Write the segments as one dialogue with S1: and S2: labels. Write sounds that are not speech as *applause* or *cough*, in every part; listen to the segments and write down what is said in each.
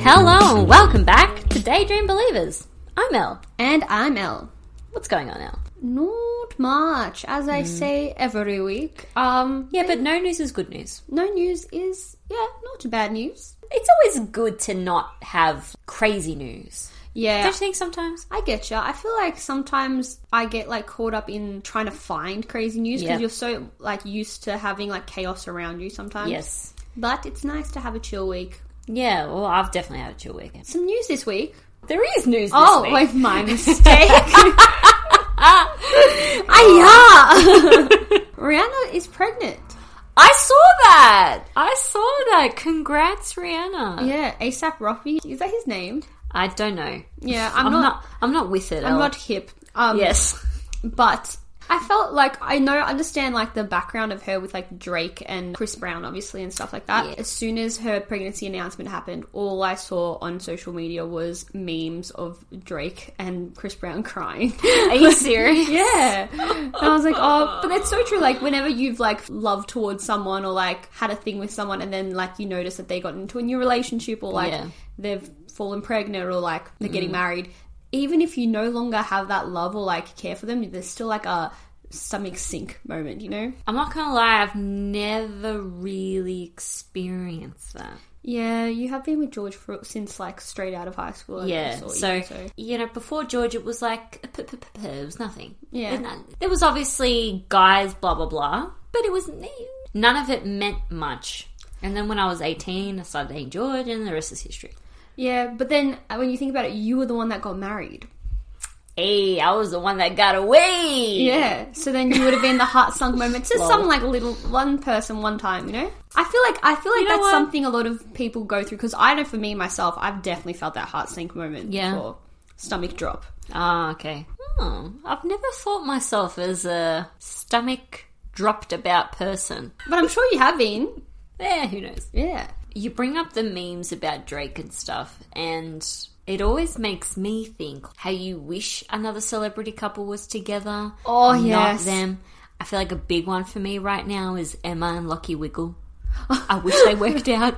S1: Hello and welcome back to Daydream Believers. I'm El.
S2: And I'm Elle.
S1: What's going on, El?
S2: Not much, as
S1: Hmm.
S2: I say every week. Um,
S1: Yeah, but no news is good news.
S2: no news is, yeah, not bad news.
S1: It's always good to not have crazy news.
S2: Yeah.
S1: Don't you think sometimes?
S2: I get ya. I feel like sometimes I get like caught up in trying to find crazy news because
S1: Yeah.
S2: you're so like used to having like chaos around you sometimes.
S1: Yes.
S2: But it's nice to have a chill week.
S1: Yeah, well, I've definitely had a chill weekend.
S2: Some news this week.
S1: There is news this
S2: oh,
S1: week.
S2: wait,
S1: *laughs*
S2: my mistake. Aya! Rihanna is pregnant.
S1: *laughs* I saw that! I saw that! Congrats, Rihanna.
S2: Yeah, ASAP Rocky. Is that his name?
S1: I don't know.
S2: Yeah,
S1: I'm,
S2: I'm,
S1: not,
S2: not,
S1: I'm not with it,
S2: I'm
S1: Elle.
S2: not hip. Um,
S1: *laughs* Yes.
S2: but I felt like I know understand like the background of her with like Drake and Chris Brown obviously and stuff like that.
S1: Yeah.
S2: As soon as her pregnancy announcement happened, all I saw on social media was memes of Drake and Chris Brown *laughs* crying.
S1: Are you serious?
S2: Yeah. And I was like, oh, but that's so true. Like, whenever you've like loved towards someone or like had a thing with someone, and then like you notice that they got into a new relationship or like
S1: Yeah. Mm.
S2: they've fallen pregnant or like they're getting married, even if you no longer have that love or like care for them, there's still like a stomach sink moment, you know?
S1: I'm not gonna lie, I've never really experienced that.
S2: Yeah, you have been with George for, since like straight out of high school. I
S1: Yeah,
S2: saw Oh, you,
S1: so, you know, before George, it was like p- p- p- it was nothing.
S2: Yeah.
S1: There's none- there was obviously guys, blah blah blah, but it was n- none of it meant much. And then when I was 18, I started dating George, and the rest is history.
S2: yeah, but then uh, when you think about it, you were the one that got married.
S1: Hey, I was the one that got away.
S2: Yeah. So then you would have been the heart sunk moment
S1: *laughs*
S2: to
S1: Lol.
S2: some like little one person one time, you know? I feel like I feel like
S1: You know
S2: that's
S1: what?
S2: something a lot of people go through because I know for me myself, I've definitely felt that heart sink moment
S1: Yeah.
S2: before. Stomach drop.
S1: Ah, okay. Hmm. I've never thought myself as a stomach dropped about person.
S2: But I'm sure you have been.
S1: Eh, who knows?
S2: Yeah.
S1: you bring up the memes about Drake and stuff, and it always makes me think how you wish another celebrity couple was together.
S2: Oh,
S1: not
S2: yes.
S1: them. I feel like a big one for me right now is Emma and Lockie Wiggle. I wish they worked
S2: *laughs*
S1: out.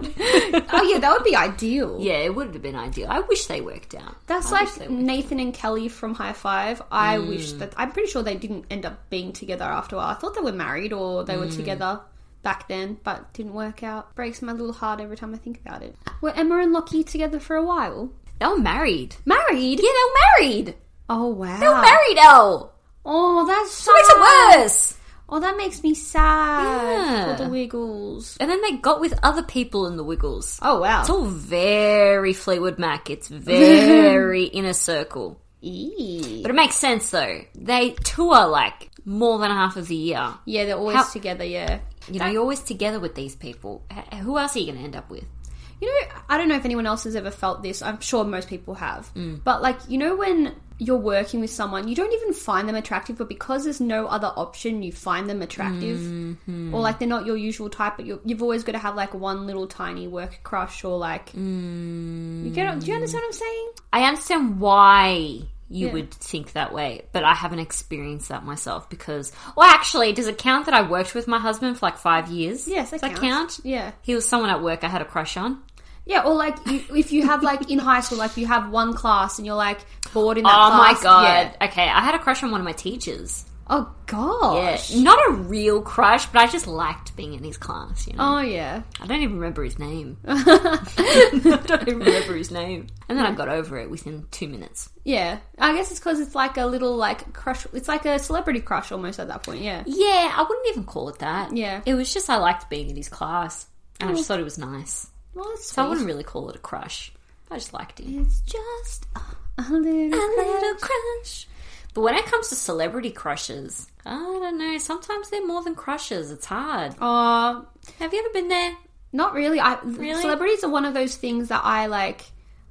S2: Oh yeah, that would be ideal.
S1: *laughs* yeah, it would have been ideal. I wish they worked out.
S2: That's
S1: I wish
S2: like Nathan and Kelly from High Five. I
S1: Mm.
S2: wish that I'm pretty sure they didn't end up being together after a while. I thought they were married or they were
S1: Mm.
S2: together back then, but didn't work out. Breaks my little heart every time I think about it. Were Emma and Lockie together for a while?
S1: they were married.
S2: Married?
S1: Yeah, they were married.
S2: Oh wow.
S1: They were married. Elle.
S2: Oh, that's
S1: That makes
S2: sad.
S1: it worse.
S2: Oh, that makes me sad
S1: Yeah.
S2: for the Wiggles.
S1: And then they got with other people in the Wiggles.
S2: Oh wow.
S1: It's all very Fleetwood Mac. It's
S2: *laughs*
S1: very inner circle.
S2: Eee.
S1: But it makes sense though. They tour like more than half of the year.
S2: Yeah, they're always
S1: How-
S2: together. Yeah.
S1: You know, you're always together with these people. H- Who else are you going to end up with?
S2: You know, I don't know if anyone else has ever felt this. I'm sure most people have.
S1: Mm.
S2: But like, you know, when you're working with someone, you don't even find them attractive, but because there's no other option, you find them attractive,
S1: Mm-hmm.
S2: or like they're not your usual type. But you're, you've always got to have like one little tiny work crush, or like,
S1: Mm.
S2: you get. Do you understand what I'm saying?
S1: I understand why you
S2: Yeah.
S1: would think that way, but I haven't experienced that myself because. Well, actually, does it count that I worked with my husband for like five years?
S2: Yes, that
S1: does that
S2: counts.
S1: count?
S2: Yeah.
S1: He was someone at work I had a crush on.
S2: Yeah, or like you, if you have like in high school, like you have one class and you're like bored in that
S1: oh
S2: class.
S1: my god!
S2: yeah.
S1: Okay, I had a crush on one of my teachers.
S2: Oh gosh.
S1: Yeah, not a real crush, but I just liked being in his class. You know.
S2: Oh yeah.
S1: I don't even remember his *laughs* name. I don't even remember his name. And then I got over it within two minutes.
S2: Yeah. I guess it's because it's like a little like crush. It's like a celebrity crush almost at that point. Yeah.
S1: Yeah, I wouldn't even call it that.
S2: Yeah.
S1: It was just I liked being in his class. And I just thought it was nice.
S2: Well, that's
S1: So I
S2: sweet.
S1: wouldn't really call it a crush. I just liked him.
S2: It's just a little.
S1: A
S2: crush.
S1: little crush. But when it comes to celebrity crushes, I don't know. Sometimes they're more than crushes. It's hard.
S2: Aw,
S1: Have you ever been there?
S2: uh, not really. I
S1: Really?
S2: celebrities are one of those things that I like.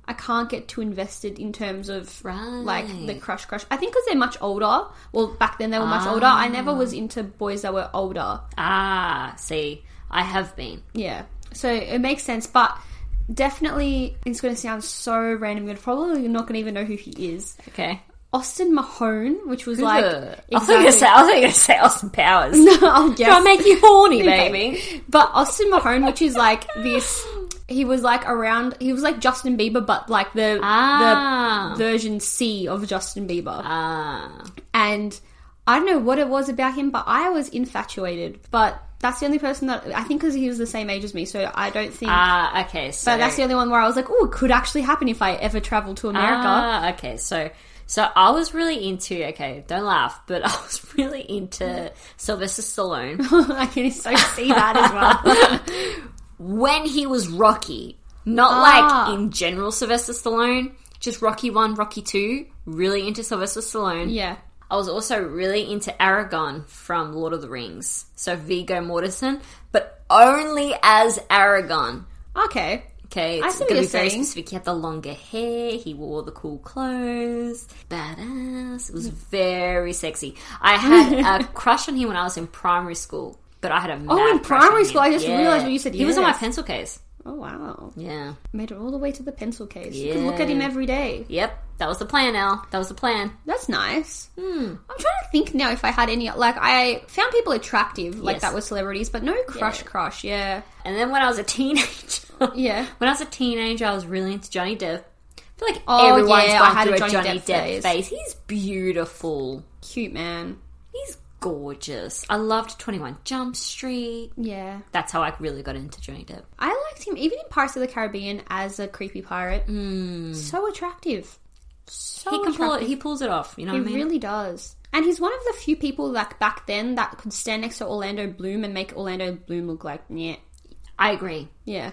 S2: I can't get too invested in terms of like the
S1: Right.
S2: crush crush. I think because they're much older. Well, back then they were much older. I never was into boys that were older.
S1: Ah, see, I have been.
S2: Yeah. So it makes sense, but definitely it's going to sound so random. You're probably not going to even know who he is.
S1: Okay.
S2: Austin Mahone, which was
S1: Like,
S2: like
S1: I was going to say, I was going to say Austin Powers.
S2: *laughs* oh,
S1: *laughs*
S2: yes.
S1: Trying to make you horny,
S2: Okay.
S1: baby.
S2: But Austin Mahone, which is like this he was like around. He was like Justin Bieber, but like the
S1: Ah.
S2: the version C of Justin Bieber.
S1: Ah.
S2: and I don't know what it was about him, but I was infatuated. But that's the only person that I think because he was the same age as me, so I don't think.
S1: Ah, okay. So
S2: but that's the only one where I was like, oh, it could actually happen if I ever travel to America.
S1: Ah, okay. So so I was really into okay, don't laugh, but *laughs* I was really into Sylvester Stallone
S2: *laughs* I can so see that as
S1: *laughs*
S2: well.
S1: when he was Rocky. Not
S2: Ah.
S1: like in general Sylvester Stallone, just Rocky 1, Rocky 2, really into Sylvester Stallone.
S2: yeah.
S1: I was also really into Aragon from Lord of the Rings. So Vigo Mortensen, but only as Aragon.
S2: *laughs* Okay.
S1: Okay, it's
S2: see what
S1: gonna
S2: you're
S1: be very
S2: saying.
S1: specific. He had the longer hair. He wore the cool clothes. Badass. It was very sexy. I
S2: *laughs*
S1: had a crush on him when I was in primary school, but I had a mad
S2: Oh, in
S1: crush
S2: primary
S1: on him.
S2: school, I just realised when you said
S1: he was on my
S2: yes.
S1: pencil case.
S2: Oh wow.
S1: Yeah.
S2: Made it all the way to the pencil case. You can
S1: Yeah.
S2: look at him every day.
S1: Yep. That was the plan, Al. That was the plan.
S2: That's nice.
S1: Hmm.
S2: I'm trying to think now if I had any. Like I found people attractive, like
S1: Yes.
S2: that were celebrities, but no crush, crush. Yeah.
S1: And then when I was a teenager, *laughs*
S2: Yeah.
S1: when I was a teenager, I was really into Johnny Depp. I feel like
S2: Oh,
S1: everyone's
S2: yeah, I
S1: gone
S2: had
S1: through
S2: a
S1: a
S2: Johnny
S1: Johnny,
S2: Depp
S1: Depp
S2: phase.
S1: phase. He's beautiful.
S2: Cute man.
S1: He's gorgeous. I loved Twenty One Jump Street.
S2: Yeah.
S1: that's how I really got into Johnny Depp.
S2: I liked him even in Pirates of the Caribbean as a creepy pirate. So attractive. So
S1: Hmm. he can pull it,
S2: attractive.
S1: Oh, he pulls it off. You know
S2: He
S1: what I mean?
S2: really does. And he's one of the few people like back then that could stand next to Orlando Bloom and make Orlando Bloom look like yeah.
S1: I agree.
S2: Yeah.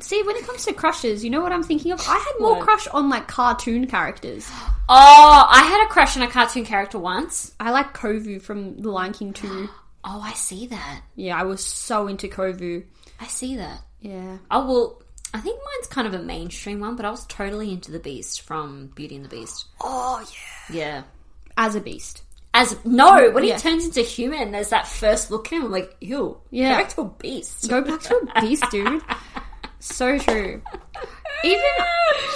S2: See, when it comes to crushes, you know what I'm thinking of? I had more
S1: What?
S2: crush on like cartoon characters.
S1: Oh, I had a crush on a cartoon character once.
S2: I like Kovu from The Lion King 2.
S1: Oh, I see that.
S2: Yeah, I was so into Kovu.
S1: I see that.
S2: Yeah.
S1: Oh well, I think mine's kind of a mainstream one, but I was totally into the Beast from Beauty and the Beast.
S2: Oh yeah.
S1: Yeah.
S2: As a beast.
S1: As no, when
S2: Yeah.
S1: he turns into human, there's that first look at him. I'm like, ew,
S2: Yeah.
S1: yeah, to a beast.
S2: Go back to a beast, dude. So true. Even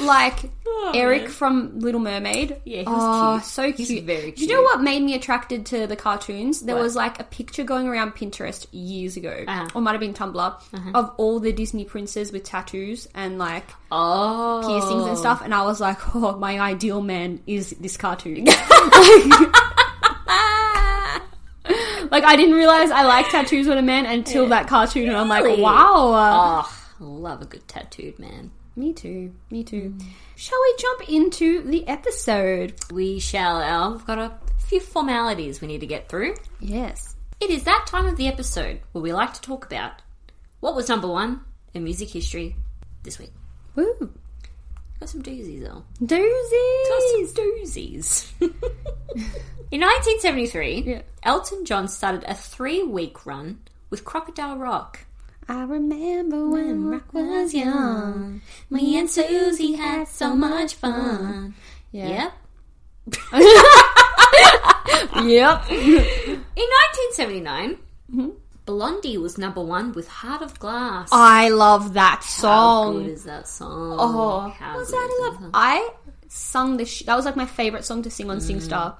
S2: like
S1: Oh,
S2: Eric
S1: man.
S2: from Little Mermaid.
S1: Yeah, he was
S2: oh,
S1: cute.
S2: so
S1: He's
S2: cute.
S1: very
S2: Do you know
S1: cute.
S2: what made me attracted to the cartoons? There
S1: What?
S2: was like a picture going around Pinterest years ago,
S1: Uh-huh.
S2: or might have been Tumblr, of all the Disney princes with tattoos and like
S1: Oh,
S2: piercings and stuff, and I was like, *laughs* oh, my ideal man is this
S1: *laughs*
S2: cartoon. *laughs* like I didn't realize I like tattoos on a man until that cartoon, and I'm like,
S1: Really?
S2: wow. uh,
S1: Oh, love a good tattooed man.
S2: me too. Me too.
S1: Mm.
S2: Shall we jump into the episode?
S1: We shall. Al, we've got a few formalities we need to get through.
S2: Yes.
S1: It is that time of the episode where we like to talk about what was number one in music history this week.
S2: Woo.
S1: Got some doozies though. Got
S2: Doozy.
S1: some doozies. *laughs* in 1973,
S2: Yeah.
S1: Elton John started a three-week run with Crocodile Rock.
S2: I remember when rock was young.
S1: me and Susie had so much fun. Yep.
S2: Yep.
S1: In 1979, Blondie was number one with Heart of Glass.
S2: I love that
S1: How
S2: song.
S1: good is that song?
S2: Oh,
S1: How
S2: was
S1: good
S2: that
S1: is
S2: a love? I sung this. Sh- that was like my favorite song to sing on
S1: Mm.
S2: SingStar.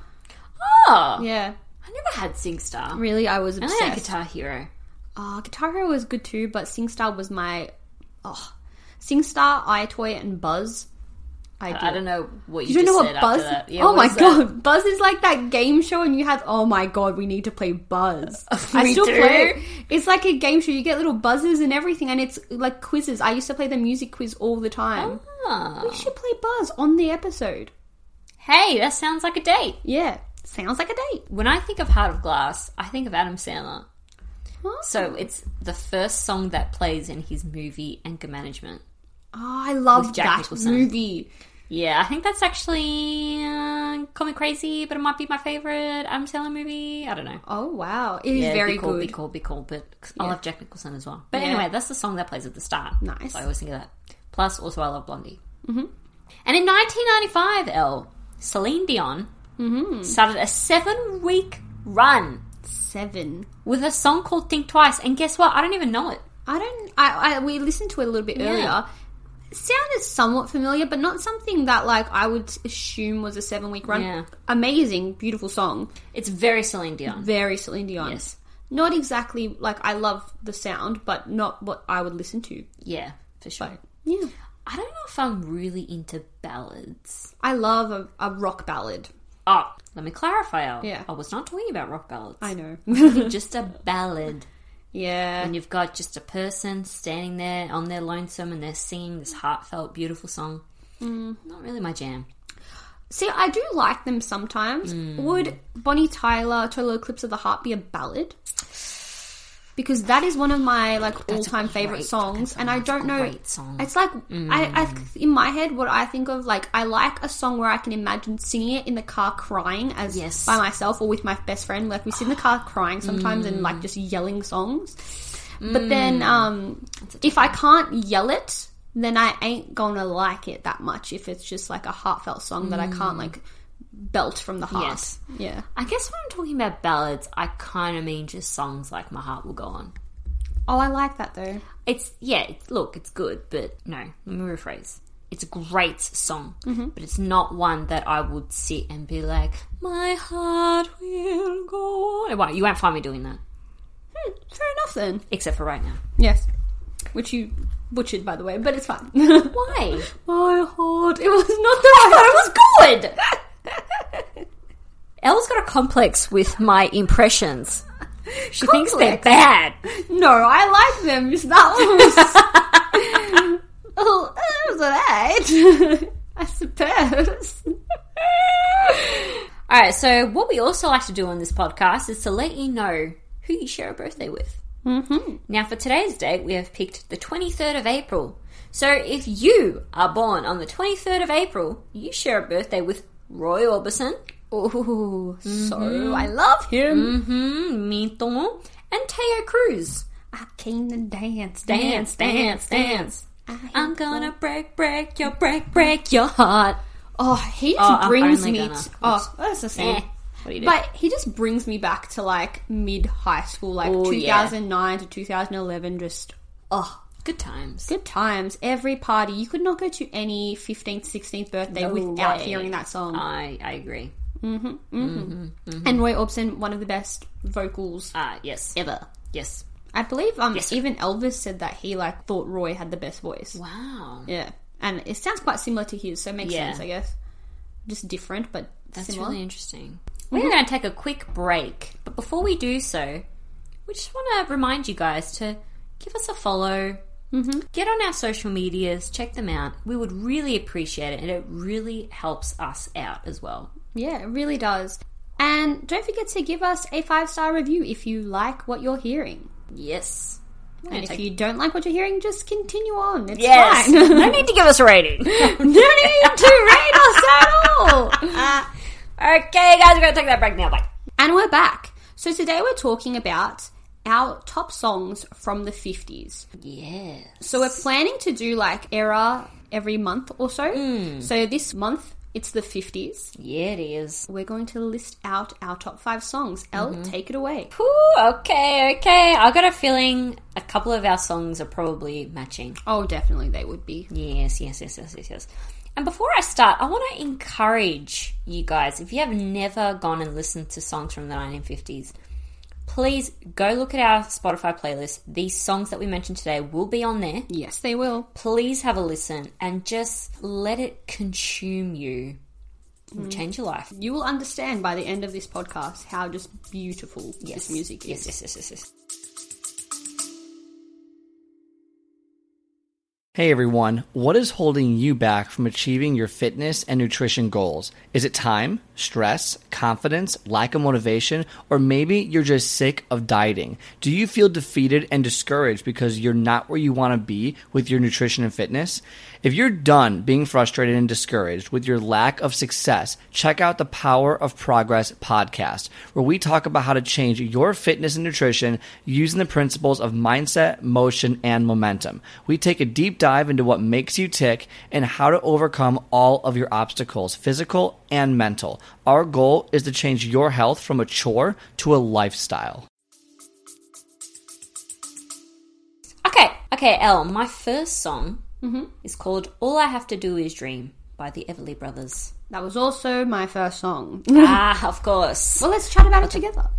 S1: Oh,
S2: Yeah,
S1: I never had SingStar.
S2: really, I was
S1: I only had
S2: obsessed.
S1: Guitar Hero.
S2: Ah, Guitar Hero was good too, but SingStar was my oh, SingStar, iToy, and Buzz. I, did.
S1: I don't know what you,
S2: You don't know
S1: just
S2: what
S1: said
S2: Buzz?
S1: after that. Yeah,
S2: oh
S1: what
S2: my
S1: is that?
S2: god, *laughs* Buzz is like that game show, and you had oh my god, we need to play
S1: *laughs*
S2: Buzz. I
S1: We
S2: still
S1: do.
S2: play it. It's like a game show. You get little buzzes and everything, and it's like quizzes. I used to play the music quiz all the time.
S1: Ah.
S2: We should play Buzz on the episode.
S1: Hey, that sounds like a date.
S2: Yeah, sounds like a date.
S1: When I think of Heart of Glass, I think of Adam Sandler.
S2: Huh?
S1: So it's the first song that plays in his movie Anger Management.
S2: Oh, I love
S1: Jack
S2: that
S1: Nicholson.
S2: movie.
S1: Yeah, I think that's actually uh, Call Me Crazy, but it might be my favorite Adam Sandler movie. I don't know.
S2: Oh wow, it is
S1: Yeah,
S2: very
S1: be cool,
S2: good.
S1: Be cool, be cool. But I
S2: Yeah.
S1: love Jack Nicholson as well. But
S2: Yeah.
S1: anyway, that's the song that plays at the start.
S2: Nice.
S1: So I always think of that. Plus, also I love Blondie. Mm-hmm. And in 1995, L Celine Dion started a seven-week run
S2: Seven.
S1: with a song called "Think Twice." And guess what? I don't even know it.
S2: I don't. I, I we listened to it a little bit earlier. Sounded somewhat familiar, but not something that like I would assume was a seven week run.
S1: Yeah.
S2: Amazing, beautiful song.
S1: It's very Celine Dion.
S2: Very Celine Dion.
S1: Yes.
S2: Not exactly like I love the sound, but not what I would listen to.
S1: Yeah, for sure.
S2: Yeah.
S1: I don't know if I'm really into ballads.
S2: I love a, a rock ballad.
S1: Oh, let me clarify. Al.
S2: Yeah.
S1: I was not talking about rock ballads.
S2: I know.
S1: just a ballad.
S2: *laughs* yeah.
S1: And you've got just a person standing there on their lonesome and they're singing this heartfelt, beautiful song. Mm. Not really my jam.
S2: See, I do like them sometimes.
S1: Mm.
S2: Would Bonnie Tyler, Total Eclipse of the Heart be a ballad? Because that is one of my like all time favorite
S1: great-
S2: songs,
S1: that's
S2: and I don't know.
S1: great song. Mm.
S2: It's like I, I, in my head, what I think of like I like a song where I can imagine singing it in the car, crying as
S1: Yes.
S2: by myself or with my best friend. Like we sit in the car crying sometimes
S1: Mm.
S2: and like just yelling songs. But then, um, if I can't yell it, then I ain't gonna like it that much. If it's just like a heartfelt song that I can't like belt from the heart.
S1: Yes.
S2: Yeah.
S1: I guess when I'm talking about ballads, I kind of mean just songs like My Heart Will Go On.
S2: Oh, I like that though.
S1: It's, yeah, it's, look, it's good, but no, let me rephrase. It's a great song, but it's not one that I would sit and be like, My heart will go on. It won't- You won't find me doing that,
S2: Hmm, fair enough then.
S1: except for right now.
S2: Yes. Which you butchered, by the way, but it's *laughs* fine.
S1: Why?
S2: My heart. It was not that I thought it was good.
S1: Elle's got a complex with my *laughs* impressions. She thinks they're
S2: Complex?
S1: bad.
S2: *laughs* No, I like them. Just *laughs* that one was. *laughs* oh, it was alright. *laughs* I suppose.
S1: All right, so what we also like to do on this podcast is to let you know who you share a birthday with.
S2: *laughs* Mm-hmm.
S1: Now, for today's date, we have picked the 23rd of April. So, if you are born on the 23rd of April, you share a birthday with Roy Orbison,
S2: Ooh, so I love him.
S1: mm-hmm, Minton, and Teo Cruz.
S2: I came to dance,
S1: Dance, dance, dance.
S2: I-
S1: I'm gonna break, break your, break, break your heart.
S2: oh, he
S1: Oh,
S2: just
S1: I'm
S2: brings
S1: finally
S2: me.
S1: gonna-
S2: T- oh, that's the same.
S1: Eh, What do you do?
S2: But he just brings me back to like mid high school, like
S1: Oh, yeah.
S2: 2009 to 2011. Just
S1: oh, good times.
S2: good times. Every party. You could not go to any 15th, 16th birthday
S1: No
S2: without
S1: way. Um.
S2: hearing that song.
S1: I, I agree.
S2: And Roy Orbison, one of the best vocals
S1: Ah, yes.
S2: ever.
S1: Yes.
S2: I believe um,
S1: Yes, sir.
S2: even Elvis said that he like thought Roy had the best voice.
S1: Wow.
S2: Yeah, and it sounds quite similar to his, so it makes
S1: Yeah.
S2: sense, I guess. Just different, but
S1: That's
S2: similar.
S1: really interesting. We're going to take a quick break, but before we do so, we just want to remind you guys to give us a follow. Mm-hmm. Get on our social medias, check them out. We would really appreciate it, and it really helps us out as well.
S2: Yeah, it really does. And don't forget to give us a five star review if you like what you're hearing.
S1: Yes.
S2: And if you don't like what you're hearing, just continue on. It's
S1: yes.
S2: fine.
S1: *laughs*
S2: *laughs*
S1: no need to give us a rating. *laughs*
S2: no need to rate us at all.
S1: okay, guys, we're going to take that break now. Bye.
S2: And we're back. So today we're talking about our top songs from the 50s.
S1: Yes.
S2: So we're planning to do like era every month or so.
S1: Hmm.
S2: So this month it's the 50s.
S1: Yeah, it is.
S2: We're going to list out our top five songs. Elle,
S1: Mm-hmm.
S2: take it away.
S1: Ooh, okay, okay. I got a feeling a couple of our songs are probably matching.
S2: Oh, definitely they would be.
S1: Yes, yes, yes, yes, yes, yes. And before I start, I want to encourage you guys if you have never gone and listened to songs from the 1950s, please go look at our Spotify playlist. These songs that we mentioned today will be on there.
S2: Yes, they will.
S1: Please have a listen and just let it consume you. It will change your life.
S2: You will understand by the end of this podcast how just beautiful
S1: Yes,
S2: this music
S1: Yes,
S2: is.
S1: yes, yes, yes, yes.
S3: Hey everyone, what is holding you back from achieving your fitness and nutrition goals? Is it time, stress, confidence, lack of motivation, or maybe you're just sick of dieting? Do you feel defeated and discouraged because you're not where you want to be with your nutrition and fitness? If you're done being frustrated and discouraged with your lack of success, check out the Power of Progress podcast, where we talk about how to change your fitness and nutrition using the principles of mindset, motion, and momentum. We take a deep dive into what makes you tick and how to overcome all of your obstacles, physical and mental. Our goal is to change your health from a chore to a lifestyle.
S1: Okay, okay, Elle, my first song is called All I Have to Do Is Dream by the Everly Brothers.
S2: That was also my first song.
S1: ah, of course. *laughs*
S2: well, let's chat about it together.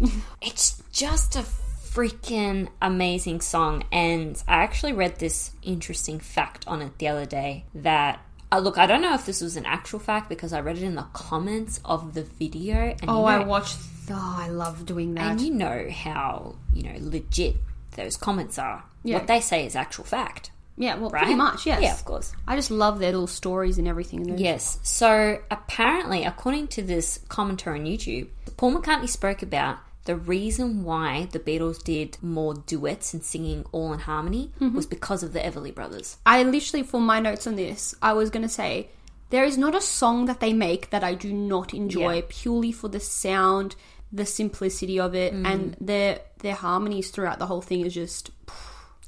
S1: It's just a freaking amazing song. And I actually read this interesting fact on it the other day that. Uh, look, I don't know if this was an actual fact because I read it in the comments of the video. And you
S2: Oh,
S1: know,
S2: I watched. Oh, I love doing that.
S1: and you know how you know legit those comments are.
S2: Yeah.
S1: What they say is actual fact,
S2: yeah, well,
S1: right?
S2: pretty much. Yes.
S1: Yeah, of course.
S2: I just love their little stories and everything. in those.
S1: Yes. So apparently, according to this commenter on YouTube, Paul McCartney spoke about the reason why the Beatles did more duets and singing all in harmony was because of the Everly brothers.
S2: I literally, for my notes on this, I was going to say there is not a song that they make that I do not enjoy
S1: Yeah.
S2: purely for the sound, the simplicity of it,
S1: Mm.
S2: and their their harmonies throughout the whole thing is just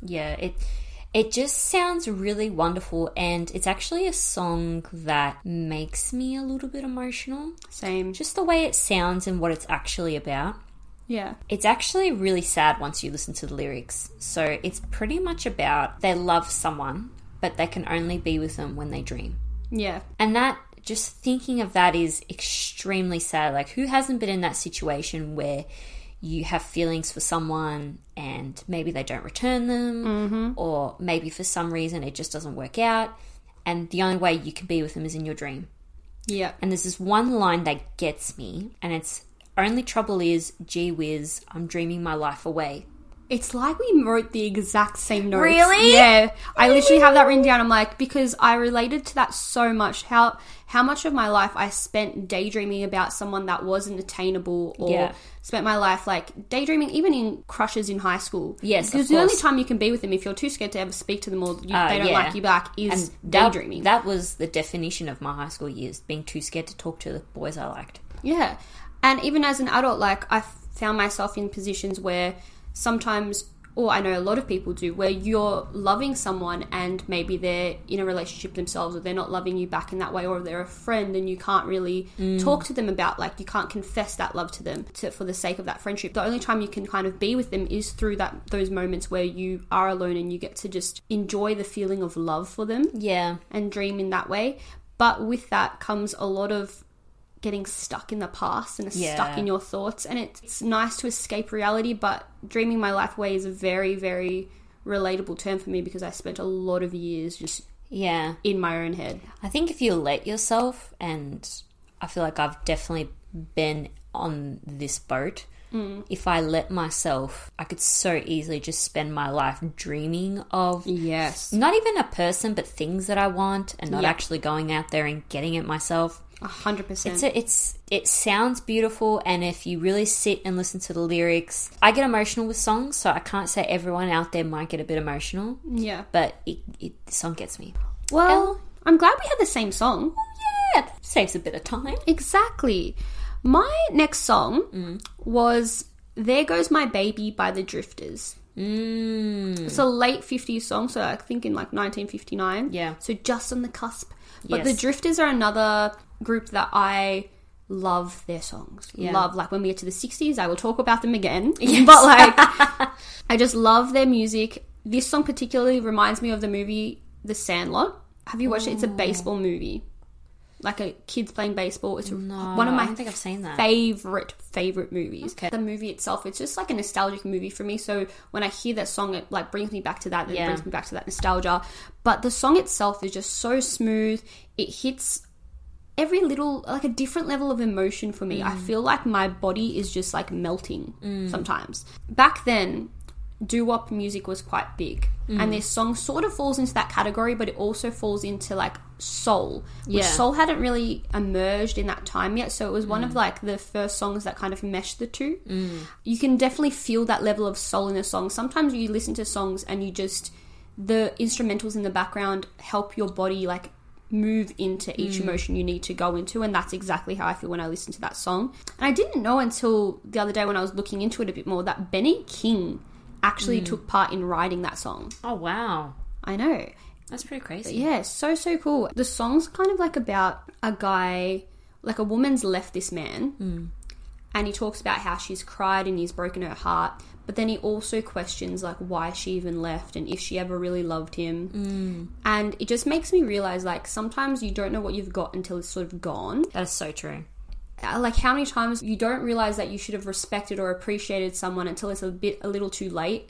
S1: Yeah, it it just sounds really wonderful and it's actually a song that makes me a little bit emotional.
S2: same.
S1: Just the way it sounds and what it's actually about.
S2: yeah,
S1: It's actually really sad once you listen to the lyrics. So it's pretty much about they love someone, but they can only be with them when they dream.
S2: yeah,
S1: And that, just thinking of that is extremely sad. Like, who hasn't been in that situation where you have feelings for someone and maybe they don't return them, or maybe for some reason it just doesn't work out, and the only way you can be with them is in your dream?
S2: yeah.
S1: And there's this one line that gets me, and it's only trouble is, gee whiz, I'm dreaming my life away.
S2: It's like we wrote the exact same notes.
S1: Really? Oh
S2: Yeah. I literally have that written down. I'm like, because I related to that so much. How how much of my life I spent daydreaming about someone that wasn't attainable or
S1: Yeah.
S2: spent my life like daydreaming even in crushes in high school.
S1: Yes, of
S2: Because the only
S1: course.
S2: time you can be with them if you're too scared to ever speak to them or you,
S1: Uh,
S2: they don't
S1: yeah.
S2: like you back is
S1: that-
S2: daydreaming.
S1: That, was the definition of my high school years, being too scared to talk to the boys I liked.
S2: Yeah. And even as an adult, like I found myself in positions where sometimes, or I know a lot of people do, where you're loving someone and maybe they're in a relationship themselves or they're not loving you back in that way or they're a friend and you can't really talk to them about, like, you can't confess that love to them to, for the sake of that friendship. The only time you can kind of be with them is through that those moments where you are alone and you get to just enjoy the feeling of love for them
S1: Yeah.
S2: and dream in that way. But with that comes a lot of getting stuck in the past and
S1: Yeah.
S2: stuck in your thoughts. And it's, it's nice to escape reality, but dreaming my life away is a very, very relatable term for me because I spent a lot of years just
S1: Yeah.
S2: in my own head.
S1: I think if you let yourself, and I feel like I've definitely been on this boat. If I let myself, I could so easily just spend my life dreaming of
S2: Yes.
S1: not even a person, but things that I want, and not
S2: Yeah.
S1: actually going out there and getting it myself.
S2: A hundred percent.
S1: It's a, it's it sounds beautiful, and if you really sit and listen to the lyrics, I get emotional with songs, so I can't say everyone out there might get a bit emotional,
S2: Yeah.
S1: but it, it the song gets me.
S2: Well, I'm glad we had the same song.
S1: Yeah, that saves a bit of time.
S2: Exactly. My next song was There Goes My Baby by the Drifters.
S1: Mm.
S2: It's a late 50s song, so I think in like 1959.
S1: Yeah.
S2: So just on the cusp. But the
S1: Yes.
S2: Drifters are another group that I love their songs.
S1: Yeah.
S2: Love. Like when we get to the 60s, I will talk about them again. *laughs* But like,
S1: *laughs*
S2: I just love their music. This song particularly reminds me of the movie The Sandlot. Have you watched it? It's
S1: Oh.
S2: a baseball movie. Like a kids playing baseball. It's one of
S1: I
S2: my
S1: don't think I've seen that.
S2: favorite favorite movies.
S1: Okay.
S2: The movie itself, it's just like a nostalgic movie for me. So when I hear that song, it like brings me back to that. and It
S1: Yeah.
S2: brings me back to that nostalgia. But the song itself is just so smooth. It hits every little like a different level of emotion for me. I
S1: Mm.
S2: feel like my body is just like melting sometimes. Back then, doo wop music was quite big. And this song sort of falls into that category, but it also falls into like soul, which
S1: Yeah.
S2: soul hadn't really emerged in that time yet. So it was one of like the first songs that kind of meshed the two. You can definitely feel that level of soul in a song. Sometimes you listen to songs and you just the instrumentals in the background help your body like move into each emotion you need to go into and that's exactly how I feel when I listen to that song. And I didn't know until the other day when I was looking into it a bit more that Benny King actually took part in writing that song.
S1: Oh wow,
S2: Mm. I know.
S1: that's pretty crazy.
S2: Yeah, so so cool. The song's kind of like about a guy, like a woman's left this man, and he talks about how she's cried and he's broken her heart. But then he also questions like why she even left and if she ever really loved him. And it just makes me realize like sometimes you don't know what you've got until it's sort of gone.
S1: That is so true.
S2: uh, like how many times you don't realize that you should have respected or appreciated someone until it's a bit a little too late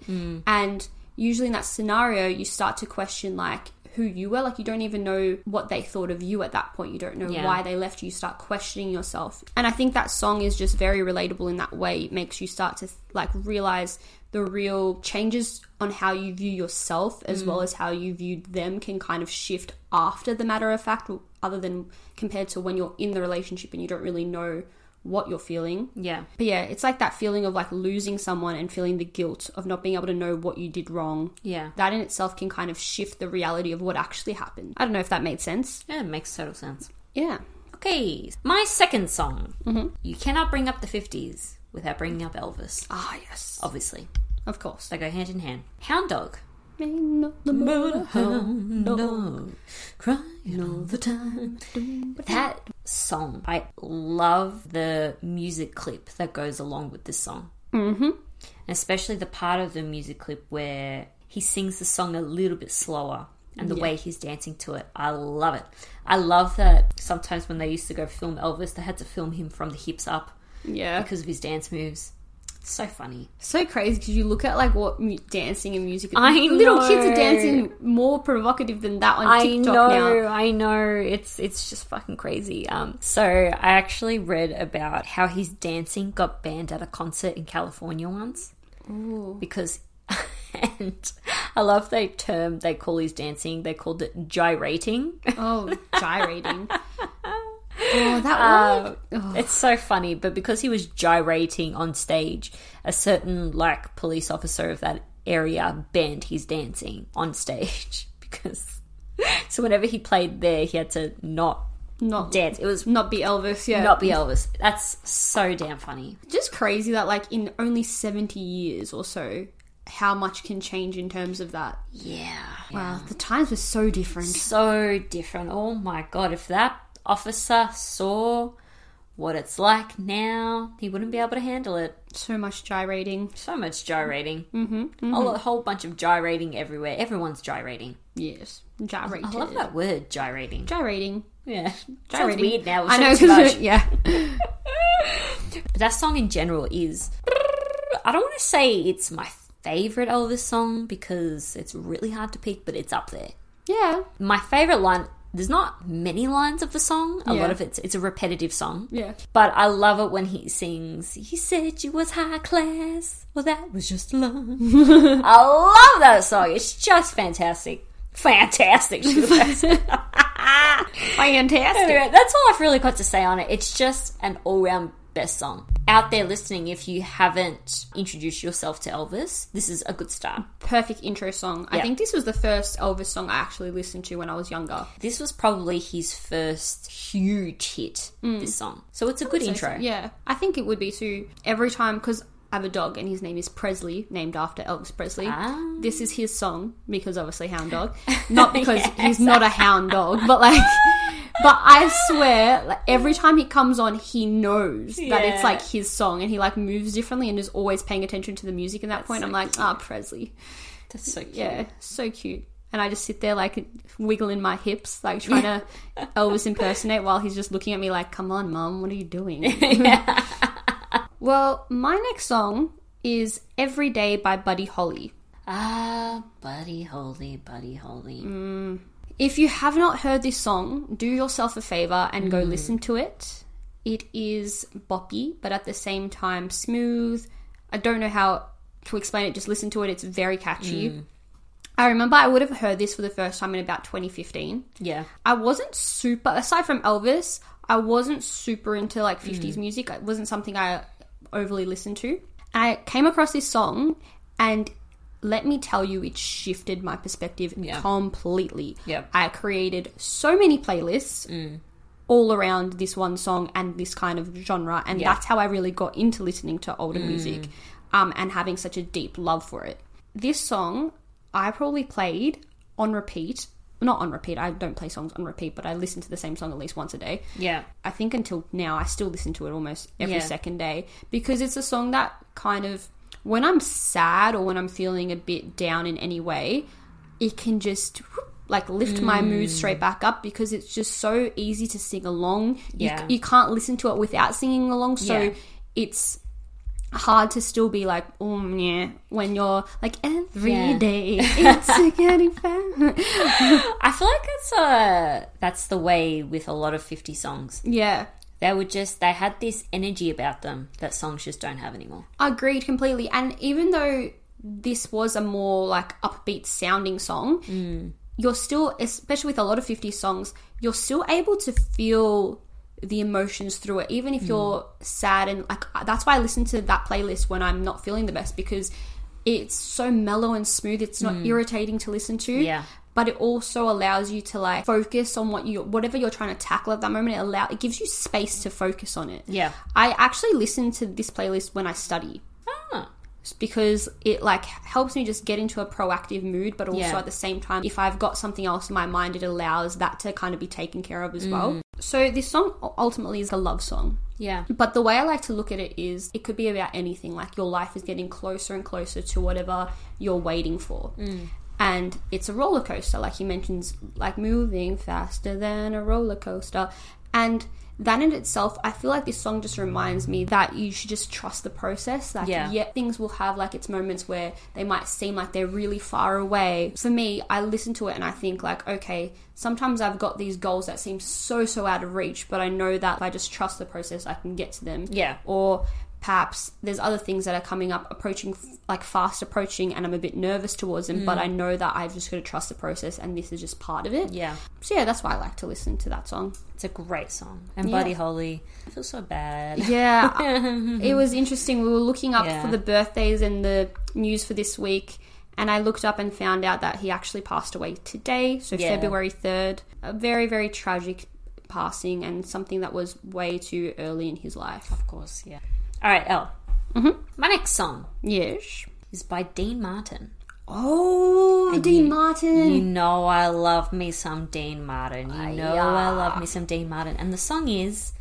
S2: and usually in that scenario you start to question like who you were like you don't even know what they thought of you at that point you don't know
S1: Yeah.
S2: why they left you you start questioning yourself and i think that song is just very relatable in that way it makes you start to like realize the real changes on how you view yourself as well as how you viewed them can kind of shift after the matter of fact other than compared to when you're in the relationship and you don't really know what you're feeling
S1: Yeah.
S2: but yeah it's like that feeling of like losing someone and feeling the guilt of not being able to know what you did wrong
S1: Yeah.
S2: that in itself can kind of shift the reality of what actually happened i don't know if that made sense
S1: Yeah, it makes total sense.
S2: yeah
S1: Okay, my second song. You cannot bring up the 50s without bringing up Elvis,
S2: ah yes
S1: obviously.
S2: of course
S1: They go hand in hand. Hound Dog.
S2: Man of the moon,
S1: Hound Dog. Crying all the time. That song, I love the music clip that goes along with this song. Mm-hmm. Especially the part of the music clip where he sings the song a little bit slower and the way he's dancing to it. I love it. I love that sometimes when they used to go film Elvis, they had to film him from the hips up
S2: yeah
S1: because of his dance moves. So funny.
S2: so crazy because you look at like what mu- dancing and music
S1: I
S2: little kids
S1: know.
S2: are dancing more provocative than that on
S1: I
S2: tiktok
S1: know,
S2: now
S1: I know. It's it's just fucking crazy. Um, so I actually read about how his dancing got banned at a concert in California once because, *laughs* and I love the term they call his dancing. They called it gyrating.
S2: oh
S1: *laughs*
S2: gyrating oh
S1: Uh,
S2: that word
S1: It's so funny, but because he was gyrating on stage, a certain like police officer of that area banned his dancing on stage *laughs* because. So whenever he played there, he had to not
S2: not
S1: dance. It was
S2: not be elvis yeah
S1: not be Elvis. That's so damn funny.
S2: just crazy that like in only 70 years or so how much can change in terms of that
S1: Yeah.
S2: wow the times were so different
S1: So different. Oh my god, if that officer saw what it's like now, he wouldn't be able to handle it.
S2: so much gyrating
S1: So much gyrating. Mm-hmm, A whole bunch of gyrating everywhere. Everyone's gyrating.
S2: yes
S1: I
S2: gyrated
S1: love that word, gyrating.
S2: gyrating
S1: Yeah. Sounds
S2: gyrating
S1: weird now.
S2: i know
S1: too much. *laughs*
S2: because *laughs* yeah
S1: But that song in general is. I don't want to say it's my favorite Elvis song because it's really hard to pick, but it's up there.
S2: yeah
S1: my favorite line there's not many lines of the song a
S2: Yeah.
S1: lot of it's it's a repetitive song
S2: yeah
S1: but i love it when he sings he said you was high class well that was just love
S2: *laughs*
S1: i love that song it's just fantastic
S2: *laughs*
S1: fantastic she was fantastic.
S2: fantastic
S1: Anyway, that's all i've really got to say on it it's just an all-round best song out there listening if you haven't introduced yourself to elvis this is a good start
S2: perfect intro song i
S1: Yeah.
S2: think this was the first elvis song i actually listened to when i was younger
S1: this was probably his first huge hit
S2: Mm.
S1: this song so it's a good intro
S2: yeah i think it would be too every time because i have a dog and his name is presley named after elvis presley
S1: Ah.
S2: this is his song because obviously
S1: *laughs*
S2: hound dog not because he's not a hound dog but like but i swear like every time he comes on he knows that
S1: Yeah.
S2: it's like his song and he like moves differently and is always paying attention to the music at that point i'm like ah presley
S1: That's so cute.
S2: yeah so cute and I just sit there like wiggling my hips, like trying to Elvis impersonate while he's just looking at me like, come on, mum, what are you doing? *laughs* well, my next song is Every Day by Buddy Holly.
S1: Ah, buddy, holy, buddy, holy.
S2: If you have not heard this song, do yourself a favor and go listen to it. It is boppy, but at the same time smooth. I don't know how to explain it, just listen to it. It's very catchy. I remember I would have heard this for the first time in about 2015.
S1: Yeah.
S2: I wasn't super aside from Elvis, I wasn't super into like 50s music. It wasn't something I overly listened to. I came across this song and let me tell you it shifted my perspective
S1: Yeah.
S2: completely.
S1: Yep. Mm.
S2: I created so many playlists all around this one song and this kind of genre and
S1: Yeah. Mm.
S2: that's how I really got into listening to older music um, and having such a deep love for it. This song I probably played on repeat. Not on repeat. I don't play songs on repeat, but I listen to the same song at least once a day.
S1: Yeah.
S2: I think until now I still listen to it almost every
S1: Yeah.
S2: second day because it's a song that kind of when I'm sad or when I'm feeling a bit down in any way, it can just whoop, like lift my
S1: Mm.
S2: mood straight back up because it's just so easy to sing along.
S1: Yeah.
S2: You, you can't listen to it without singing along. So
S1: Yeah.
S2: it's hard to still be like, oh, yeah, when you're like every
S1: Yeah. *laughs*
S2: day it's getting better.
S1: I feel like that's uh that's the way with a lot of 50 songs.
S2: Yeah.
S1: They were just they had this energy about them that songs just don't have anymore.
S2: Agreed completely. And even though this was a more like upbeat sounding song, you're still, especially with a lot of 50 songs, you're still able to feel the emotions through it, even if you're sad. And like, uh, that's why I listen to that playlist when I'm not feeling the best because it's so mellow and smooth. It's not irritating to listen to.
S1: Yeah.
S2: But it also allows you to like focus on what you, whatever you're trying to tackle at that moment. It allow it gives you space to focus on it.
S1: Yeah.
S2: I actually listen to this playlist when I study
S1: Ah,
S2: because it like helps me just get into a proactive mood but also
S1: Yeah.
S2: at the same time if I've got something else in my mind it allows that to kind of be taken care of as
S1: Mm.
S2: well. So this song u- ultimately is a love song.
S1: yeah.
S2: But the way I like to look at it is it could be about anything like your life is getting closer and closer to whatever you're waiting for. And it's a roller coaster like he mentions like moving faster than a roller coaster and that in itself I feel like this song just reminds me that you should just trust the process like
S1: Yeah.
S2: yeah things will have like its moments where they might seem like they're really far away. For me, I listen to it and I think like, okay, sometimes I've got these goals that seem so so out of reach, but I know that if I just trust the process, I can get to them.
S1: Yeah.
S2: Or perhaps there's other things that are coming up approaching like fast approaching and I'm a bit nervous towards them,
S1: Mm.
S2: but I know that I've just got to trust the process and this is just part of it.
S1: Yeah.
S2: So yeah, that's why I like to listen to that song.
S1: It's a great song. And
S2: Yeah.
S1: Bloody Holy. I feel so bad.
S2: Yeah,
S1: *laughs*
S2: I- it was interesting. We were looking up
S1: Yeah.
S2: for the birthdays and the news for this week, and I looked up and found out that he actually passed away today, so
S1: Yeah.
S2: February 3rd. A very, very tragic passing and something that was way too early in his life.
S1: Of course, yeah. All right, L. Mm-hmm. My next song
S2: Yes.
S1: is by Dean Martin.
S2: Oh, Dean Martin.
S1: You know I love me some Dean Martin. You know I
S2: yeah.
S1: love me some Dean Martin. And the song is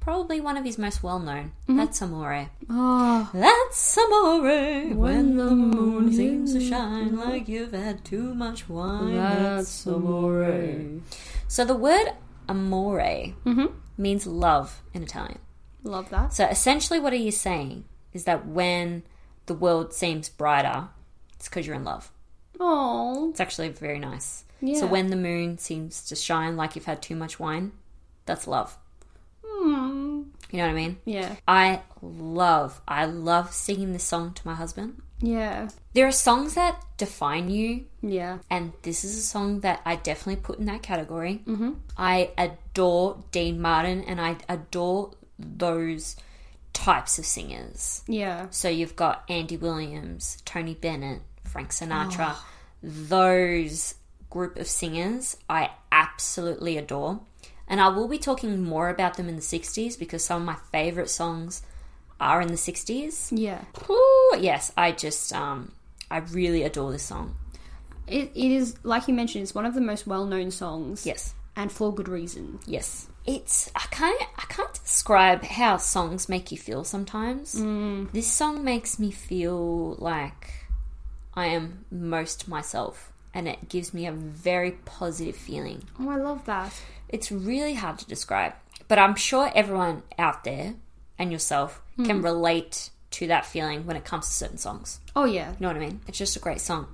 S1: probably one of his most well known. That's Amore.
S2: oh,
S1: That's Amore. When the moon seems to shine like you've had too much wine. That's Amore. So the word Amore Mm-hmm. means love in Italian.
S2: love that.
S1: So essentially, what are you saying is that when the world seems brighter, it's because you're in love.
S2: Oh,
S1: It's actually very nice.
S2: Yeah.
S1: So when the moon seems to shine like you've had too much wine, that's love. You know what I mean?
S2: yeah,
S1: I love, I love singing this song to my husband.
S2: yeah,
S1: There are songs that define you,
S2: yeah.
S1: and this is a song that I definitely put in that category. Mm-hmm. I adore Dean Martin, and I adore those types of singers.
S2: Yeah,
S1: So you've got Andy Williams, Tony Bennett, Frank Sinatra. Those group of singers I absolutely adore. And I will be talking more about them in the 60s because some of my favorite songs are in the 60s.
S2: yeah.
S1: Ooh, yes, I just um I really adore this song.
S2: It, it is, like you mentioned, it's one of the most well known songs.
S1: Yes.
S2: And for good reason.
S1: Yes. It's I can't I can't describe how songs make you feel sometimes. Mm. This song makes me feel like I am most myself and it gives me a very positive feeling.
S2: Oh, I love that.
S1: It's really hard to describe, but I'm sure everyone out there and yourself can relate to that feeling when it comes to certain songs.
S2: Oh yeah,
S1: You know what I mean? It's just a great song.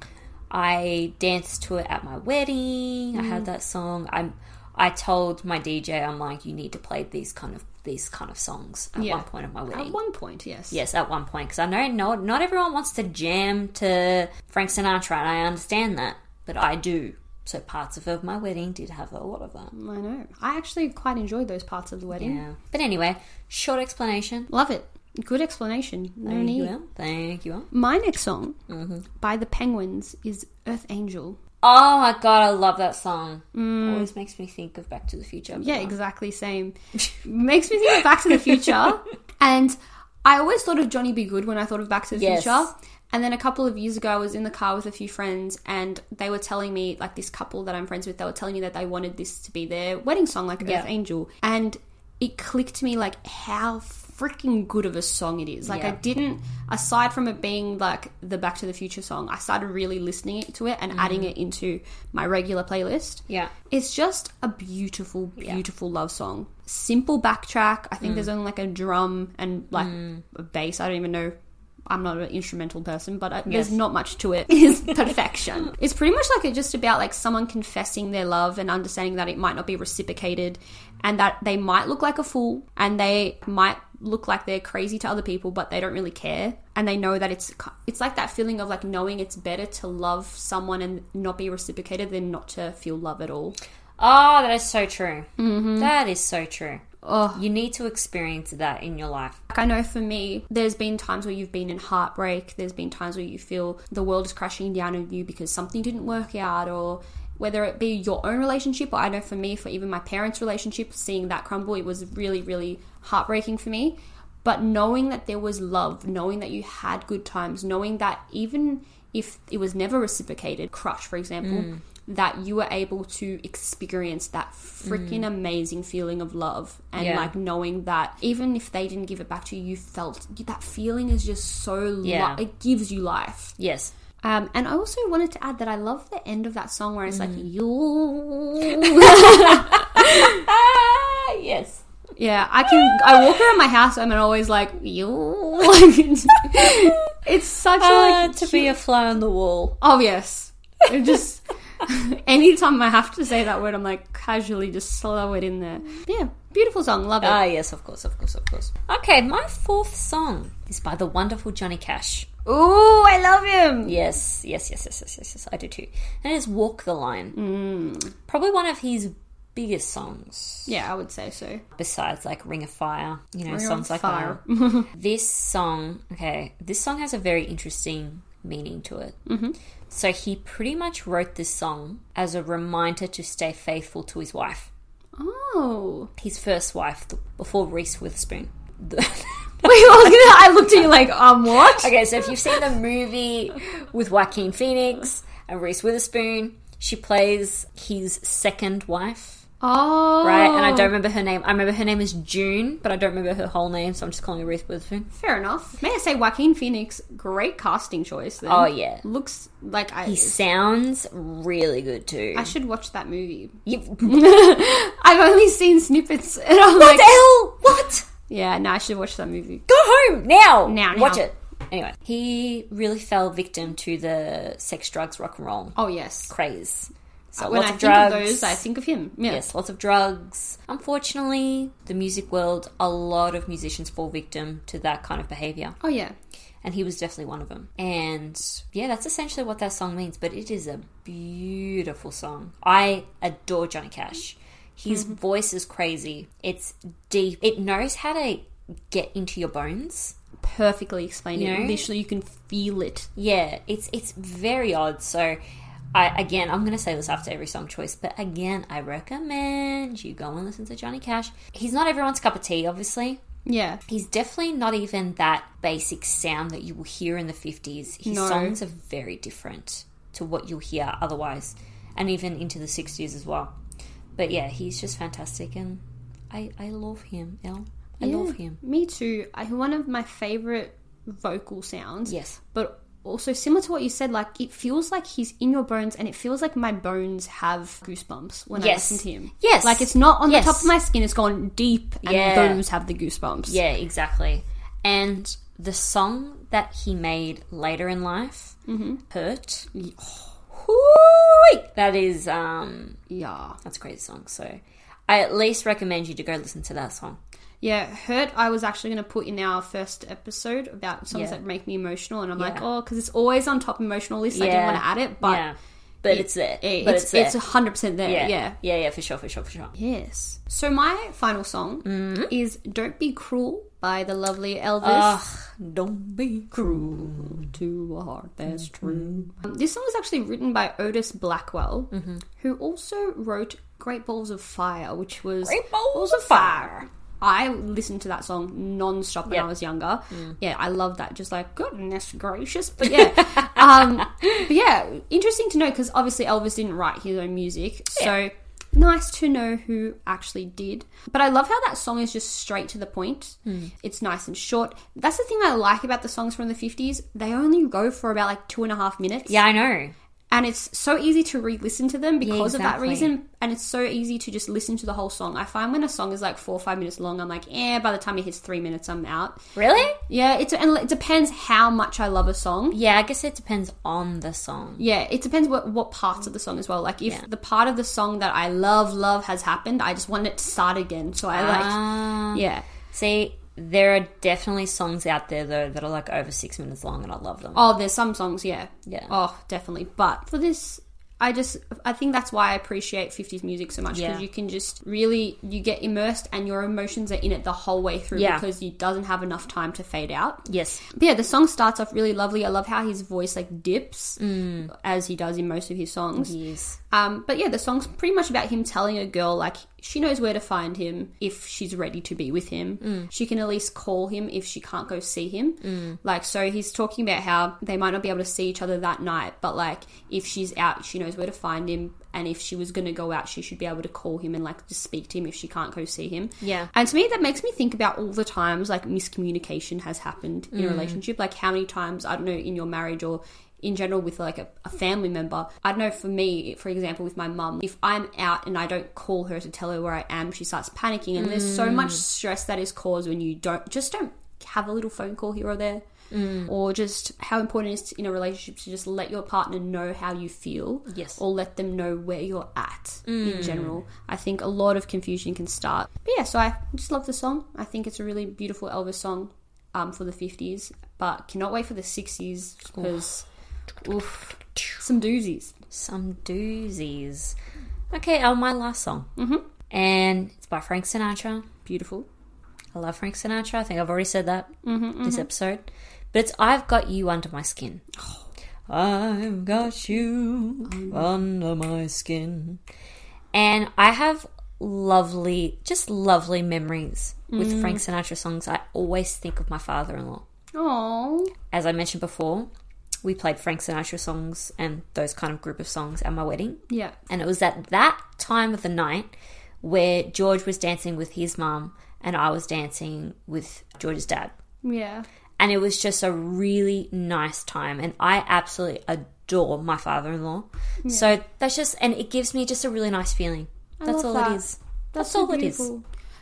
S1: I danced to it at my wedding. I
S2: Mm.
S1: had that song. I'm. I told my DJ, I'm like, you need to play these kind of these kind of songs at
S2: Yeah.
S1: one point at my
S2: at
S1: wedding.
S2: one point, yes.
S1: yes, at one point, because I know no, not everyone wants to jam to Frank Sinatra, and I understand that, but I do. So parts of of my wedding did have a lot of that.
S2: I know. I actually quite enjoyed those parts of the wedding.
S1: Yeah. But anyway, short explanation.
S2: Love it. Good explanation. No
S1: Thank you. Mm-hmm.
S2: need.
S1: Em. Thank you. Em.
S2: My next song by the Penguins is Earth Angel.
S1: Oh my god, I love that song. Always makes me think of Back to the Future. but
S2: Mm. Yeah,
S1: not-
S2: exactly same. *laughs* Makes me think of Back to
S1: *laughs*
S2: the Future. and I always thought of Johnny B. Good when I thought of Back to the
S1: Yes.
S2: Future. And then a couple of years ago, I was in the car with a few friends, and they were telling me, like this couple that I'm friends with, they were telling me that they wanted this to be their wedding song, like
S1: Yeah.
S2: Earth Angel. And it clicked to me, like, how freaking good of a song it is. Like I
S1: Yeah.
S2: didn't aside from it being like the Back to the Future song, I started really listening to it and adding it into my regular
S1: Mm.
S2: playlist.
S1: Yeah.
S2: It's just a beautiful, beautiful love song. Simple backtrack. I think there's only like a drum and like a bass. I don't even know. I'm not an instrumental person, but I,
S1: Yes.
S2: there's not much to it. It's perfection. it's pretty much like it's just about like someone confessing their love and understanding that it might not be reciprocated, and that they might look like a fool and they might look like they're crazy to other people, but they don't really care. And they know that it's it's like that feeling of like knowing it's better to love someone and not be reciprocated than not to feel love at all.
S1: Oh, that is so true. That is so true. You need to experience that in your life.
S2: Like I know for me, there's been times where you've been in heartbreak. There's been times where you feel the world is crashing down on you because something didn't work out, or whether it be your own relationship, or I know for me, for even my parents' relationship, seeing that crumble, it was really, really heartbreaking for me. But knowing that there was love, knowing that you had good times, knowing that even if it was never reciprocated, crush, for example, that you were able to experience that freaking amazing feeling of love and
S1: Yeah.
S2: like knowing that even if they didn't give it back to you, you felt that feeling is just so, li-
S1: Yeah.
S2: it gives you life.
S1: Yes.
S2: Um, and I also wanted to add that I love the end of that song where it's like, you.
S1: Ah, yes.
S2: Yeah, I can. I walk around my house and I'm always like, you. *laughs* it's such a
S1: Ah,
S2: like,
S1: to be a fly on the wall.
S2: Oh yes. It just *laughs* anytime I have to say that word, I'm like casually just slow it in there. Yeah, beautiful song, love it.
S1: Ah, yes, of course, of course, of course. Okay, my fourth song is by the wonderful Johnny Cash.
S2: Uh, Ooh, I love him.
S1: Yes, yes, yes, yes, yes, yes, yes. I do too. And it's Walk the Line. Mm. Probably one of his biggest songs,
S2: Yeah, I would say so.
S1: besides like Ring of Fire, you know,
S2: Ring of
S1: songs like
S2: Fire.
S1: that. *laughs* this song, okay, this song has a very interesting meaning to it. Mm-hmm. So he pretty much wrote this song as a reminder to stay faithful to his wife,
S2: Oh,
S1: his first wife, th- before Reese Witherspoon. *laughs*
S2: wait, I looked at you like, um, what?
S1: Okay, so if you've seen the movie with Joaquin Phoenix and Reese Witherspoon, she plays his second wife,
S2: Oh,
S1: right? And I don't remember her name. I remember her name is June, but I don't remember her whole name, so I'm just calling her Reese Witherspoon.
S2: Fair enough. May I say, Joaquin Phoenix, great casting choice. Then.
S1: Oh yeah,
S2: looks like I.
S1: he sounds really good too.
S2: I should watch that movie.
S1: You-
S2: I've only seen snippets, *laughs* and I'm
S1: what
S2: like,
S1: the hell? What?
S2: yeah, no, I should watch that movie.
S1: Go home now.
S2: Now, now.
S1: watch it. Anyway, he really fell victim to the sex, drugs, rock and roll
S2: Oh yes,
S1: craze. So
S2: when
S1: lots
S2: I think
S1: of drugs.
S2: of those, I think of him. Yeah.
S1: Yes, lots of drugs. Unfortunately, the music world, a lot of musicians fall victim to that kind of behavior.
S2: Oh yeah.
S1: And he was definitely one of them. And yeah, that's essentially what that song means. But it is a beautiful song. I adore Johnny Cash. His voice is crazy, it's deep, it knows how to get into your bones.
S2: perfectly explained
S1: You
S2: it.
S1: know?
S2: Literally, you can feel it.
S1: Yeah, it's it's very odd. So, I again, I'm going to say this after every song choice, but again, I recommend you go and listen to Johnny Cash. He's not everyone's cup of tea, obviously.
S2: Yeah.
S1: He's definitely not even that basic sound that you will hear in the 50s. His
S2: No.
S1: songs are very different to what you'll hear otherwise, and even into the 60s as well. But yeah, he's just fantastic, and I I love him. El, I love him.
S2: Me too. I, one of my favorite vocal sounds.
S1: Yes.
S2: But also similar to what you said, like it feels like he's in your bones, and it feels like my bones have goosebumps when
S1: Yes.
S2: I listen to him.
S1: Yes.
S2: Like it's not on
S1: Yes.
S2: the top of my skin; it's gone deep, and
S1: Yeah.
S2: those have the goosebumps.
S1: Yeah, exactly. And the song that he made later in life,
S2: Mm-hmm.
S1: "Hurt," *sighs* Hoo-wee! that is um,
S2: Yeah.
S1: that's a crazy song. So I at least recommend you to go listen to that song.
S2: Yeah, hurt. I was actually going to put in our first episode about songs
S1: Yeah.
S2: that make me emotional, and I'm like,
S1: Yeah.
S2: oh, because it's always on top of emotional list. I didn't
S1: Yeah.
S2: want to add it, but
S1: yeah, but it's there.
S2: it-
S1: but
S2: it's
S1: there.
S2: it's 100 percent there.
S1: yeah.
S2: yeah,
S1: yeah, yeah, yeah, for sure, for sure, for sure.
S2: Yes. So my final song is "Don't Be Cruel" by the lovely Elvis.
S1: Mm. Ugh, don't be cruel.
S2: to a heart that's true. Um, this song was actually written by Otis Blackwell,
S1: Mm-hmm.
S2: who also wrote "Great Balls of Fire," which was
S1: Great Balls of Fire.
S2: I listened to that song non-stop when
S1: Yep.
S2: I was younger. Yeah, I love that. Just like goodness gracious, but yeah, um, but yeah, interesting to know because obviously Elvis didn't write his own music, so nice to know who actually did. But I love how that song is just straight to the point. It's nice and short. That's the thing I like about the songs from the 50s. They only go for about like two and a half minutes.
S1: Yeah, I know.
S2: And it's so easy to re listen to them because of that
S1: exactly.
S2: reason. And it's so easy to just listen to the whole song. I find when a song is like four or five minutes long, I'm like, eh, by the time it hits three minutes, I'm out.
S1: Really?
S2: Yeah, it's, and it depends how much I love a song.
S1: Yeah, I guess it depends on the song.
S2: Yeah, it depends what what parts of the song as well. Like if the part of the song that I love love has happened, I just want it to start again. So I like
S1: Ah.
S2: yeah.
S1: See, there are definitely songs out there though that are like over six minutes long, and I love them.
S2: Oh, there's some songs, yeah.
S1: Yeah.
S2: Oh, definitely. But for this I just I think that's why I appreciate 50s music so much because
S1: Yeah.
S2: you can just really you get immersed and your emotions are in it the whole way through
S1: Yeah.
S2: because you doesn't have enough time to fade out.
S1: Yes,
S2: But yeah, the song starts off really lovely. I love how his voice like dips as he does in most of his songs.
S1: yes,
S2: Um, but yeah, the song's pretty much about him telling a girl like she knows where to find him if she's ready to be with him. She can at least call him if she can't go see him. Like so, he's talking about how they might not be able to see each other that night, but like if she's out, she knows where to find him. And if she was going to go out, she should be able to call him and like just speak to him if she can't go see him.
S1: Yeah.
S2: And to me, that makes me think about all the times like miscommunication has happened in a relationship. Like how many times, I don't know, in your marriage or in general with like a, a family member. I know for me, for example, with my mum, if I'm out and I don't call her to tell her where I am, she starts panicking. And there's so much stress that is caused when you don't just don't have a little phone call here or there. Or just how important it is in a relationship to just let your partner know how you feel,
S1: Yes.
S2: or let them know where you're at in general. I think a lot of confusion can start. But yeah, so I just love the song. I think it's a really beautiful Elvis song um, for the 50s, but cannot wait for the 60s because oof, some doozies.
S1: some doozies. Okay, oh, my last song, mm-hmm. and it's by Frank Sinatra.
S2: Beautiful.
S1: I love Frank Sinatra. I think I've already said that this episode. But it's I've Got You Under My Skin. I've got you under my skin. And I have lovely, just lovely memories with Frank Sinatra songs. I always think of my father in law.
S2: Oh,
S1: As I mentioned before, we played Frank Sinatra songs and those kind of group of songs at my wedding.
S2: yeah.
S1: And it was at that time of the night where George was dancing with his mum and I was dancing with George's dad.
S2: Yeah.
S1: And it was just a really nice time. And I absolutely adore my father in law. So that's just, and it gives me just a really nice feeling. That's all
S2: love
S1: it
S2: that.
S1: is.
S2: That's,
S1: all it is.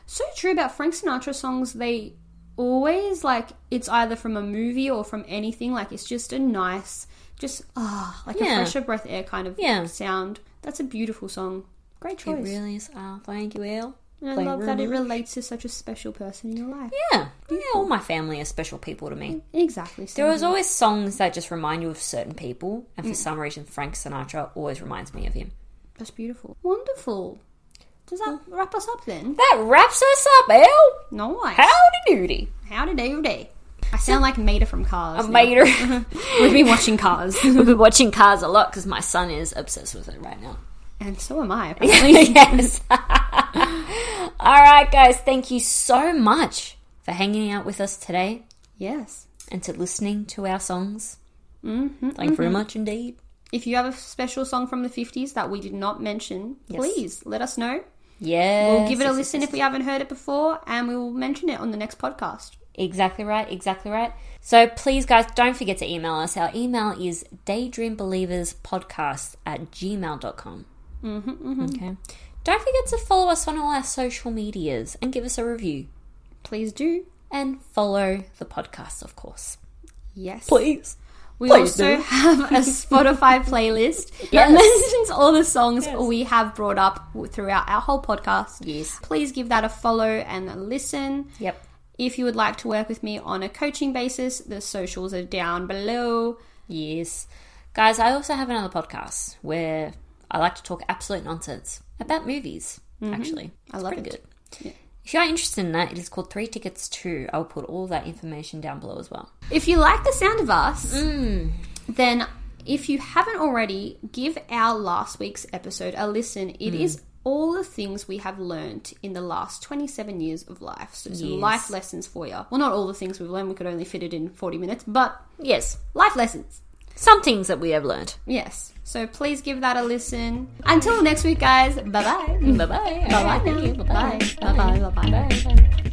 S2: So true about Frank Sinatra songs. They always like it's either from a movie or from anything. Like it's just a nice, just ah, like
S1: Yeah.
S2: a fresher breath air kind of
S1: Yeah.
S2: sound. That's a beautiful song. Great
S1: It
S2: choice.
S1: really is. Ah, thank you, Elle.
S2: and I
S1: Thank
S2: love
S1: you
S2: that
S1: very
S2: it
S1: much.
S2: relates to such a special person in your life.
S1: Yeah. Yeah, all my family are special people to me.
S2: Exactly.
S1: There was always songs that just remind you of certain people. And for some reason, Frank Sinatra always reminds me of him.
S2: That's beautiful. Wonderful. Does that wrap us up then?
S1: That wraps us up, Elle.
S2: Nice.
S1: Howdy doody.
S2: How did you do? I sound like Mater from Cars. now.
S1: Later.
S2: *laughs* We've been watching Cars,
S1: *laughs* We've been watching Cars a lot because my son is obsessed with it
S2: *laughs*
S1: right now.
S2: and so am I.
S1: yes. *laughs* All right, guys. Thank you so much for hanging out with us today
S2: Yes.
S1: and to listening to our songs. Mm-hmm, Thank you very much indeed.
S2: If you have a special song from the 50s that we did not mention,
S1: Yes.
S2: please let us know.
S1: Yeah.
S2: We'll give it a listen if we haven't heard it before, and we will mention it on the next podcast.
S1: Exactly right, exactly right. So please, guys, don't forget to email us. Our email is daydreambelieverspodcast at gmail.com. Mm-hmm, Okay. Don't forget to follow us on all our social medias and give us a review.
S2: Please do.
S1: And follow the podcast, of course.
S2: Yes.
S1: Please.
S2: we
S1: please
S2: also
S1: do.
S2: have
S1: *laughs*
S2: a Spotify playlist that
S1: Yes.
S2: mentions all the songs
S1: Yes.
S2: we have brought up throughout our whole podcast.
S1: Yes.
S2: Please give that a follow and a listen.
S1: Yep.
S2: If you would like to work with me on a coaching basis, the socials are down below.
S1: Yes. Guys, I also have another podcast where I like to talk absolute nonsense about movies, actually.
S2: Mm-hmm. I love
S1: pretty
S2: it.
S1: good.
S2: Yeah.
S1: If you are interested in that, it is called Three Tickets to. I will put all that information down below as well.
S2: If you like the sound of us, then if you haven't already, give our last week's episode a listen. It is all the things we have learned in the last 27 years of life. So, some
S1: Yes.
S2: life lessons for you. Well, not all the things we've learned, we could only fit it in 40 minutes, but
S1: Yes.
S2: life lessons.
S1: Some things that we have learned.
S2: Yes. So please give that a listen.
S1: *laughs*
S2: Until next week, guys. Bye bye.
S1: Bye bye.
S2: Bye bye. Bye bye. Bye bye. Bye bye.
S1: Bye bye.